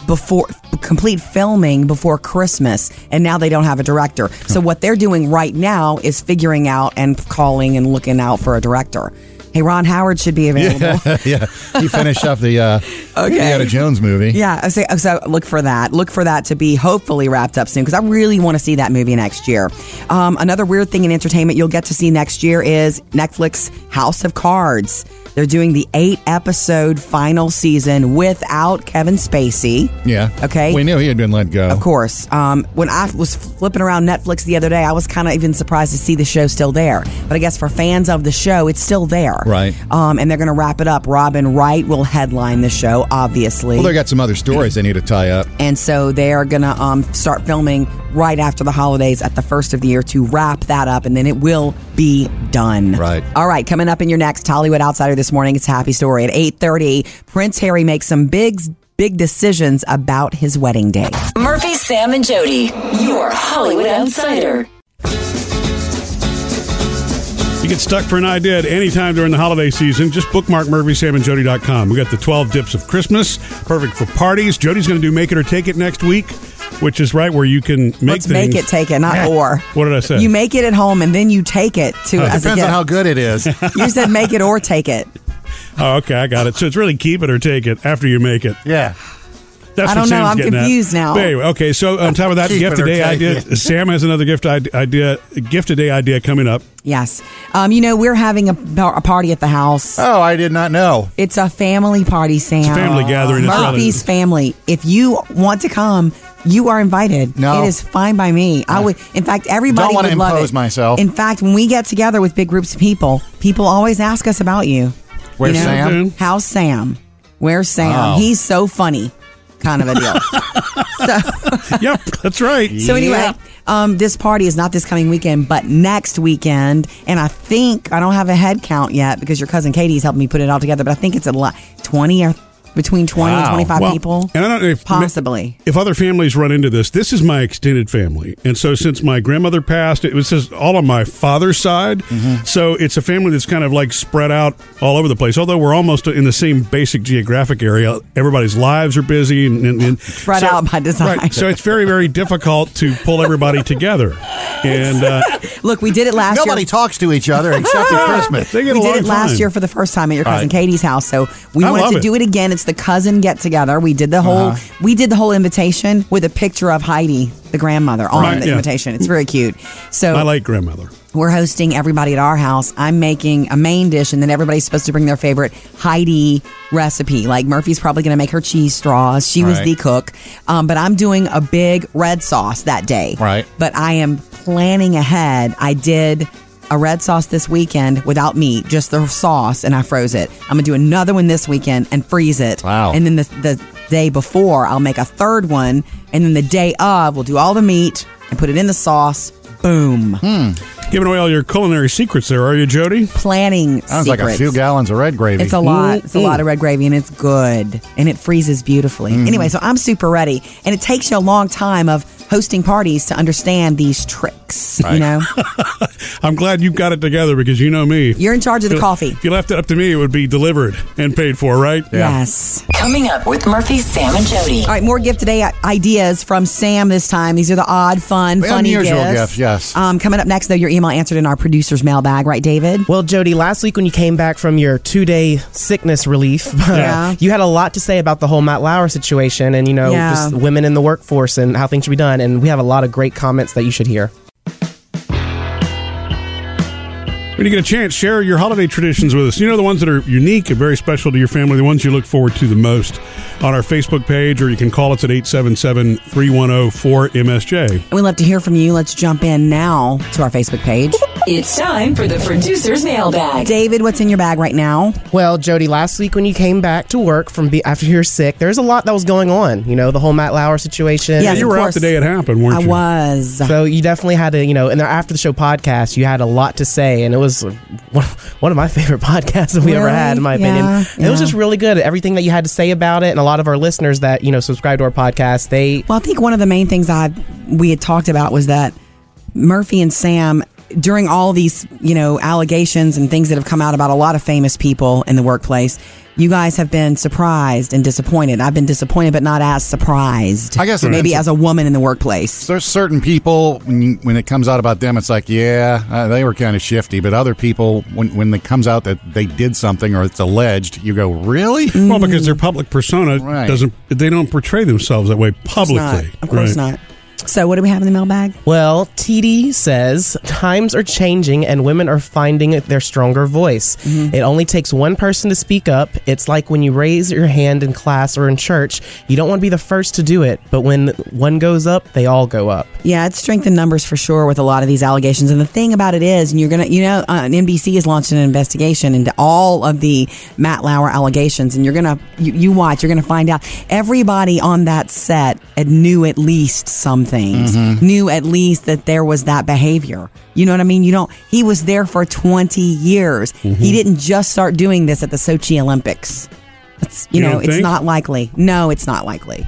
B: before complete filming before Christmas and now they don't have a director. So what they're doing right now is figuring out and calling and looking out for a director. Hey Ron Howard should be available.
C: Yeah, yeah. He finished up the uh, Indiana Jones movie.
B: Yeah, I say- so look for that. Look for that to be hopefully wrapped up soon because I really want to see that movie next year. Um, another weird thing in entertainment you'll get to see next year is Netflix House of Cards. They're doing the eight episode final season without Kevin Spacey.
C: Yeah.
B: Okay.
C: We knew he had been let go.
B: Of course. Um, when I was flipping around Netflix the other day, I was kind of even surprised to see the show still there. But I guess for fans of the show, it's still there.
C: Right.
B: Um, and they're going to wrap it up. Robin Wright will headline the show, obviously.
C: Well, they got some other stories they need to tie up.
B: And so they are going to um, start filming right after the holidays at the first of the year to wrap that up, and then it will be done. Right. All right. Coming up in your next Hollywood Outsider this morning, it's a Happy Story at eight thirty. Prince Harry makes some big, big decisions about his wedding day.
J: Murphy, Sam, and Jody, your Hollywood Outsider.
A: You get stuck for an idea at any time during the holiday season, just bookmark MurphySamandJody.com. We got the 12 dips of Christmas, perfect for parties. Jody's going to do Make It or Take It next week, which is right where you can make
B: Let's make
A: things-
B: it, take it, not or.
A: What did I say?
B: You make it at home, and then you take it to.
A: Huh.
B: as a
A: Depends on
B: gift.
A: how
C: good it is.
B: You said make it or take it.
A: oh, okay, I got it. So it's really keep it or take it after you make it.
C: Yeah.
A: That's
B: I
A: what
B: don't know.
A: Sam's
B: I'm
A: getting at.
B: confused now.
A: But anyway, okay. So on top of that,
B: Keep
A: gift
B: it or
A: today
B: take
A: idea.
B: it.
A: Sam has another gift id- idea. Gift today idea coming up.
B: Yes. Um, you know, we're having a, par- a party at the house.
C: Oh, I did not know.
B: It's a family party, Sam.
A: It's a family gathering. It's
B: Murphy's family. If you want to come, you are invited.
C: No.
B: It is fine by me. I would, in fact, everybody
C: Don't
B: would
C: wanna
B: love
C: impose
B: it.
C: myself.
B: In fact, when we get together with big groups of people, people always ask us about you.
C: Where's
B: You know?
C: Sam?
B: How's Sam? Where's Sam?
C: Oh.
B: He's so funny. kind of a deal.
A: yep, that's right.
B: So anyway, um, this party is not this coming weekend, but next weekend, and I think I don't have a head count yet because your cousin Katie's helping me put it all together. But I think it's a lot, twenty or between twenty and twenty five
A: Well,
B: people.
A: And I don't know if
B: Possibly.
A: if other families run into this. This is my extended family, and so since my grandmother passed, it was just all on my father's side.
B: Mm-hmm.
A: So it's a family that's kind of like spread out all over the place. Although we're almost in the same basic geographic area, everybody's lives are busy and, and, and
B: Spread out by design.
A: Right, so it's very very difficult to pull everybody together. And uh,
B: Look, we did it last year.
C: Nobody talks to each other except at Christmas.
A: They get
B: we did
A: along
B: it last
A: fine.
B: year for the first time at your
A: All
B: cousin
A: right.
B: Katie's house. So we
A: I
B: wanted
A: love
B: to
A: it.
B: do it again. It's the cousin get together. We did the whole
A: Uh-huh.
B: we did the whole invitation with a picture of Heidi, the grandmother, on
A: Right,
B: the
A: yeah.
B: invitation. It's very cute. So
A: my late grandmother.
B: we're hosting everybody at our house. I'm making a main dish, and then everybody's supposed to bring their favorite Heidi recipe. Like Murphy's probably going to make her cheese straws. She was
P: Right.
B: the cook, um, but I'm doing a big red sauce that day.
P: Right.
B: But I am planning ahead. I did a red sauce this weekend without meat, just the sauce, and I froze it. I'm gonna do another one this weekend and freeze it. Wow. And then the, the day before, I'll make a third one, and then the day of, we'll do all the meat and put it in the sauce. Boom.
A: Giving away all your culinary secrets there, are you, Jody?
B: Planning
C: Sounds like
B: secrets.
C: a few gallons of red gravy.
B: It's a lot. It's a lot of red gravy, and it's good, and it freezes beautifully.
C: Mm-hmm.
B: Anyway, so I'm super ready, and it takes you a long time of hosting parties to understand these tricks. You
A: Right.
B: know,
A: I'm glad you got it together because you know me.
B: You're in charge of the coffee.
A: If you left it up to me, it would be delivered and paid for, right?
B: Yes.
J: Coming up with Murphy, Sam, and Jody.
B: All right, more gift today ideas from Sam this time. These are the odd, fun,
C: The
B: funny
C: unusual
B: gifts.
C: gift, yes.
B: Um, coming up next, though, your email answered in our producer's mailbag, right, David?
E: Well, Jody, last week when you came back from your two day sickness relief, uh,
B: Yeah.
E: you had a lot to say about the whole Matt Lauer situation and, you know,
B: Yeah.
E: just women in the workforce and how things should be done. And we have a lot of great comments that you should hear.
A: When you get a chance, share your holiday traditions with us. You know, the ones that are unique and very special to your family, the ones you look forward to the most on our Facebook page, or you can call us at 877 310 4MSJ.
B: And we'd love to hear from you. Let's jump in now to our Facebook page.
J: It's time for the producer's mailbag.
B: David, what's in your bag right now?
E: Well, Jody, last week when you came back to work from be- after you're sick, there's a lot that was going on. You know, the whole Matt Lauer situation.
A: Yeah, you were out the day it happened, weren't you?
B: was.
E: So you definitely had to, you know, in the after the show podcast, you had a lot to say, and it was one one of my favorite podcasts that we ever
I: Really?
E: had, in my
I: Yeah,
E: opinion. And It was
I: yeah.
E: just really good. Everything that you had to say about it, and a lot of our listeners that you know subscribe to our podcast, they
B: Well, I think one of the main things I we had talked about was that Murphy and Sam during all these, you know, allegations and things that have come out about a lot of famous people in the workplace, you guys have been surprised and disappointed. I've been disappointed but not as surprised.
C: I guess it
B: maybe
C: is.
B: as a woman in the workplace.
C: There's certain people when you, when it comes out about them, it's like, yeah, uh, they were kind of shifty. But other people, when when it comes out that they did something or it's alleged, you go, really?
A: Well, because their public persona
C: Right.
A: doesn't, they don't portray themselves that way publicly.
B: Of course
A: Right.
B: not. So what do we have in the mailbag?
E: Well, TD says times are changing and women are finding their stronger voice.
I: Mm-hmm.
E: It only takes one person to speak up. It's like when you raise your hand in class or in church, you don't want to be the first to do it, but when one goes up, they all go up.
B: Yeah, it's strength in numbers for sure with a lot of these allegations. And the thing about it is, and you're gonna, you know, uh, NBC is launching an investigation into all of the Matt Lauer allegations, and you're gonna, you, you watch, you're gonna find out everybody on that set had knew at least some things,
P: Mhm.
E: Mm-hmm.
B: knew at least that there was that behavior. You know what I mean? You don't. He was there for 20 years.
E: Mm-hmm.
B: He didn't just start doing this at the Sochi Olympics. It's, you,
E: You
B: know,
E: don't
B: it's
E: think?
B: not likely. No, it's not likely.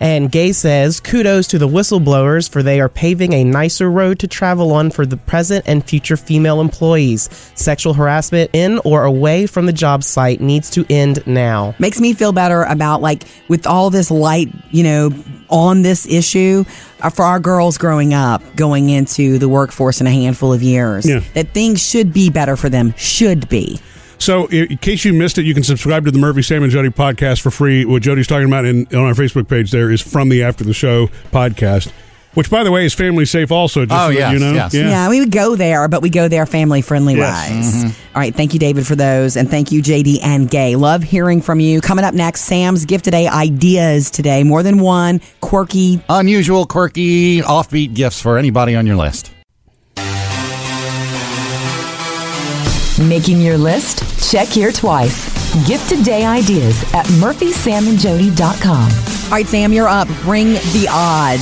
E: And Gay says, kudos to the whistleblowers for they are paving a nicer road to travel on for the present and future female employees. Sexual harassment in or away from the job site needs to end now.
B: makes me feel better about like with all this light, you know, on this issue uh, for our girls growing up, going into the workforce in a handful of years,
A: Yeah.
B: that things should be better for them. Should be.
A: So, i- in case you missed it, you can subscribe to the Murphy Sam and Jody podcast for free. What Jody's talking about in, on our Facebook page there is from the After the Show podcast, which, by the way, is family safe also. Just
C: Oh,
A: so that
C: yes,
A: you know,
C: yes.
B: Yeah. we would go there, but we go there family friendly
A: Yes.
B: wise.
A: Mhm.
B: All right. Thank you, David, for those. And thank you, JD and Gay. Love hearing from you. Coming up next, Sam's gift today ideas today. More than one quirky.
C: Unusual, quirky, offbeat gifts for anybody on your list.
H: Making your list? Check here twice. Gift today ideas at murphysamandjody.com.
B: All right, Sam, you're up. Bring the odd.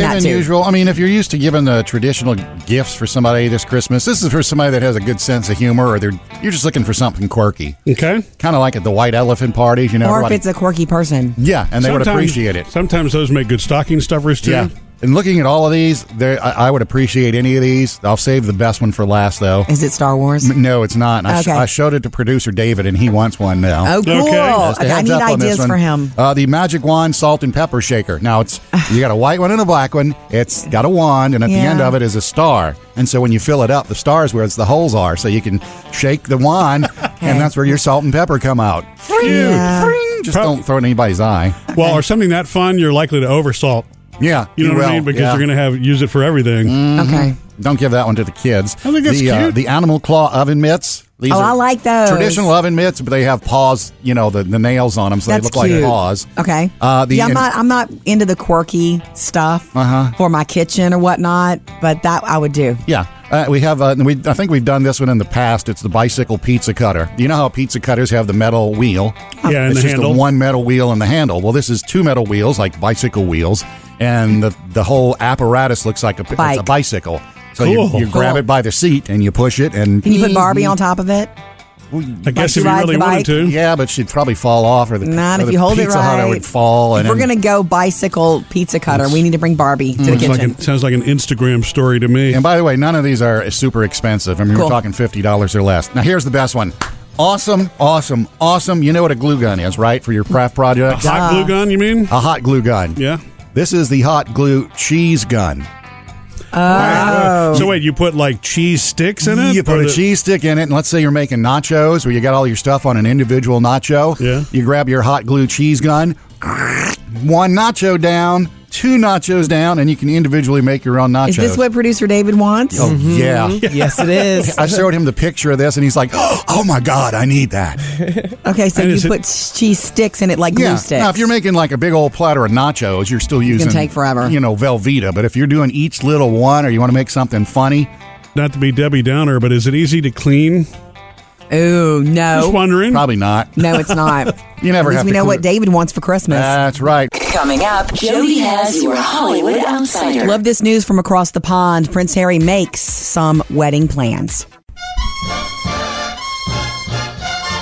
C: Odd
B: that
C: and
B: to
C: unusual. I mean, if you're used to giving the traditional gifts for somebody this Christmas, this is for somebody that has a good sense of humor, or they're you're just looking for something quirky.
A: Okay,
C: kind of like at the white elephant parties, you know.
B: Or if
C: everybody-
B: it's a quirky person.
C: yeah, and they would
A: Sometimes-
C: appreciate it.
A: Sometimes those make good stocking stuffers too.
C: Yeah, and looking at all of these, there I, I would appreciate any of these. I'll save the best one for last, though.
B: Is it Star Wars?
C: No, it's not. I, sh-
B: Okay.
C: I showed it to producer David, and he wants one now.
B: Oh, cool. Okay.
C: Just a
B: I
C: heads
B: need
C: up on this
B: ideas
C: one.
B: for him.
C: Uh, the magic wand, salt and pepper shaker. Now it's you got a white one and a black one. It's got a wand, and at the end
B: Yeah.
C: of it is a star. And so when you fill it up, the star is where it's the holes are. So you can shake the wand, and that's where your salt and pepper come out.
B: Yeah.
C: Just don't throw it in anybody's eye.
A: Well, or something that fun, you're likely to oversalt.
C: Yeah,
A: you know
C: you
A: what I
C: will,
A: mean because
C: yeah. Mm.
A: you're going to have use it for everything.
C: Mm-hmm.
B: Okay.
C: Don't give that one to the kids. I
A: think that's
C: the, uh,
A: cute.
C: the animal claw oven mitts. These
B: Oh,
C: are
B: I like those.
C: Traditional oven mitts, but they have paws, you know, the, the nails on them, so
B: That's
C: they look
B: cute.
C: like paws.
B: Okay.
C: Uh, the Uh-huh.
B: yeah, I'm not. I'm not into the quirky stuff for my kitchen or whatnot, but that I would do.
C: Yeah, uh, we have. Uh, we I think we've done this one in the past. It's the bicycle pizza cutter. You know how pizza cutters have the metal wheel.
A: Yeah, and
C: it's
A: the
C: just
A: handle.
C: a one metal wheel and the handle. Well, this is two metal wheels, like bicycle wheels, and the the whole apparatus looks like a, it's a
B: Bike.
C: bicycle. So
A: Cool.
C: you, you grab
A: Cool.
C: it by the seat and you push it, and
B: Can you put Barbie on top of it?
A: I guess if you
B: rides
A: really
B: the
A: wanted
B: bike?
A: to,
C: yeah, but she'd probably fall off, or the
B: Not
C: or
B: if
C: the
B: you hold it
C: pizza Hut, I
B: right.
C: would fall.
B: If
C: and Mm,
B: we're gonna go bicycle pizza cutter, we need to bring Barbie to the
A: sounds like,
B: kitchen.
A: an, sounds like an Instagram story to me.
C: And by the way, none of these are super expensive. I mean,
B: Cool.
C: we're talking fifty dollars or less. Now, here's the best one. Awesome, awesome, awesome. You know what a glue gun is, right? For your craft
A: A
C: project,
A: hot glue gun, you mean?
C: a hot glue gun.
A: Yeah.
C: This is the hot glue cheese gun.
A: Oh. So wait, you put like cheese sticks in it?
C: You put
A: Or
C: a
A: the-
C: cheese stick in it, and let's say you're making nachos, where you got all your stuff on an individual nacho.
A: Yeah.
C: You grab your hot glue cheese gun, one nacho down, two nachos down, and you can individually make your own nachos.
B: Is this what Mm-hmm. producer David wants?
C: Oh yeah,
E: Yes, it is.
C: I showed him the picture of this, and he's like, "Oh my god, I need that."
B: Okay, so
A: And
B: you
A: is it-
B: put cheese sticks in it like glue
C: yeah.
B: sticks.
C: Now, if you're making like a big old platter of nachos, you're still using
B: take forever.
C: you know, Velveeta. But if you're doing each little one, or you want to make something funny,
A: Not to be Debbie Downer, but is it easy to clean?
B: Ooh,
A: Just
B: no,
A: wondering.
C: probably not.
B: no, it's not.
C: You never
B: At
C: have
B: least we
C: to Uh.
B: know
C: clear-
B: what David wants for Christmas.
C: That's right.
J: Coming up, Jody has your Hollywood Outsider.
B: Love this news from across the pond. Prince Harry makes some wedding plans.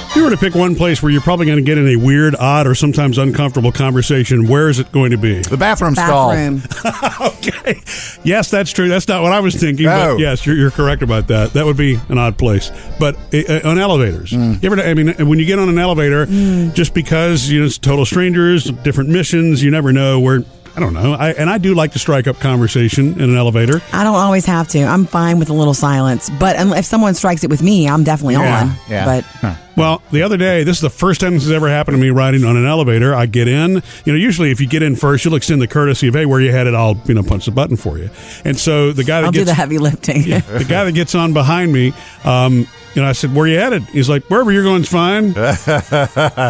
A: If you were to pick one place where you're probably going to get in a weird, odd, or sometimes uncomfortable conversation, where is it going to be?
C: The bathroom, stall.
B: Bathroom.
A: okay. Yes, that's true. That's not what I was thinking.
C: No.
A: But yes, you're, you're correct about that. That would be an odd place. But uh, uh, on elevators, you ever? I mean, eh, when you get on an elevator, just because you know it's total strangers, different missions, you never know where. I don't know. I, and I do like to strike up conversation in an elevator.
B: I don't always have to. I'm fine with a little silence, but un- if someone strikes it with me, I'm definitely
C: Yeah,
B: on.
C: yeah.
B: But
A: Well, the other day, this is the first time this has ever happened to me riding on an elevator. I get in. You know, usually if you get in first, you'll extend the courtesy of, hey, where you headed? I'll, you know, punch the button for you. And so the guy that
B: I'll do
A: gets
B: the heavy lifting.
A: yeah, the guy that gets on behind me, um, you know, I said, "Where you headed?" He's like, "Wherever you're going's fine."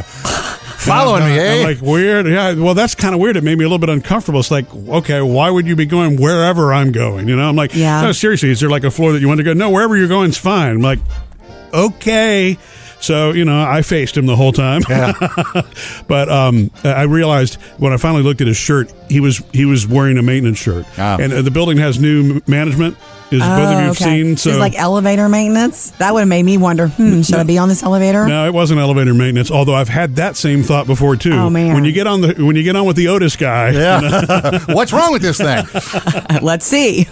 C: Following me, eh?
A: I'm like, "Weird." Yeah. Well, that's kind of weird. It made me a little bit uncomfortable. It's like, okay, why would you be going wherever I'm going? You know, I'm like,
B: Yeah.
A: No, seriously, is there like a floor that you want to go? No, wherever you're going's fine. I'm like, okay. So you know, I faced him the whole time, but um, I realized when I finally looked at his shirt, he was he was wearing a maintenance shirt,
C: Ah.
A: and uh, the building has new m- management. Is both of you have seen? So
B: Oh, it's like elevator maintenance. That would have made me wonder. Hmm, should I be on this elevator?
A: No, it wasn't elevator maintenance. Although I've had that same thought before too.
B: Oh, man.
A: when you get on the when you get on with the Otis guy,
C: Yeah. What's wrong with this thing?
B: Let's see.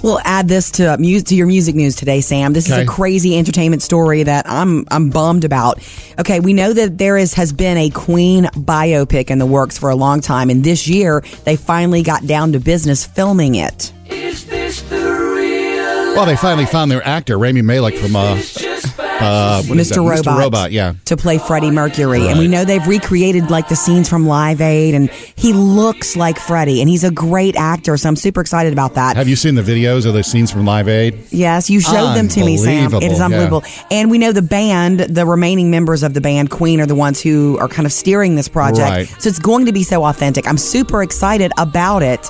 B: We'll add this to uh, mu- to your music news today, Sam. This
C: Okay.
B: is a crazy entertainment story that I'm I'm bummed about. Okay, we know that there is has been a Queen biopic in the works for a long time, and this year they finally got down to business filming it.
C: Well, they finally found their actor, Rami Malek from uh, uh, what is that?
B: Mr. Robot,
C: Mr. Robot, yeah.
B: to play Freddie Mercury, and we know they've recreated like the scenes from Live Aid, and he looks like Freddie, and he's a great actor, so I'm super excited about that.
C: Have you seen the videos of the scenes from Live Aid?
B: Yes, you showed them to me, Sam. It is
C: Unbelievable,
B: unbelievable. And we know the band, the remaining members of the band, Queen, are the ones who are kind of steering this project.
C: Right.
B: So it's going to be so authentic. I'm super excited about it.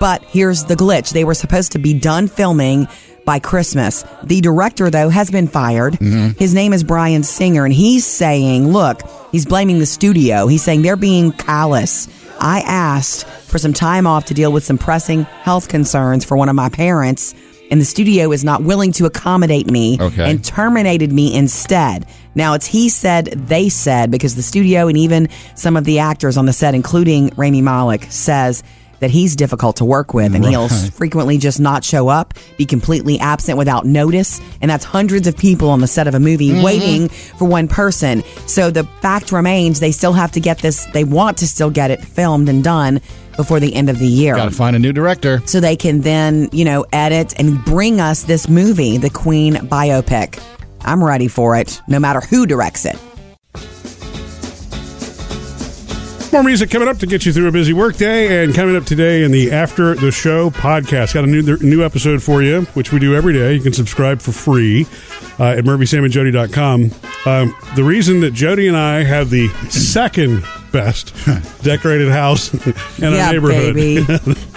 B: But here's the glitch they were supposed to be done filming by Christmas. The director, though, has been fired. His name is Brian Singer, and he's saying, look, he's blaming the studio. He's saying they're being callous. I asked for some time off to deal with some pressing health concerns for one of my parents, and the studio is not willing to accommodate me
P: Okay.
B: and terminated me instead. Now it's he said, they said, because the studio and even some of the actors on the set, including Rami Malek, says that he's difficult to work with and he'll
P: Right.
B: frequently just not show up, be completely absent without notice, and that's hundreds of people on the set of a movie
P: Mhm.
B: waiting for one person. So the fact remains they still have to get this, they want to still get it filmed and done before the end of the year. Got to
C: find a new director.
B: So they can then, you know, edit and bring us this movie, the Queen biopic. I'm ready for it, no matter who directs it.
A: More music coming up to get you through a busy workday, and coming up today in the After the Show podcast. Got a new new episode for you, which we do every day. You can subscribe for free uh, at murphysamandjody.com. Um, the reason that Jody and I have the second best decorated house in
B: Yeah,
A: our neighborhood
B: baby.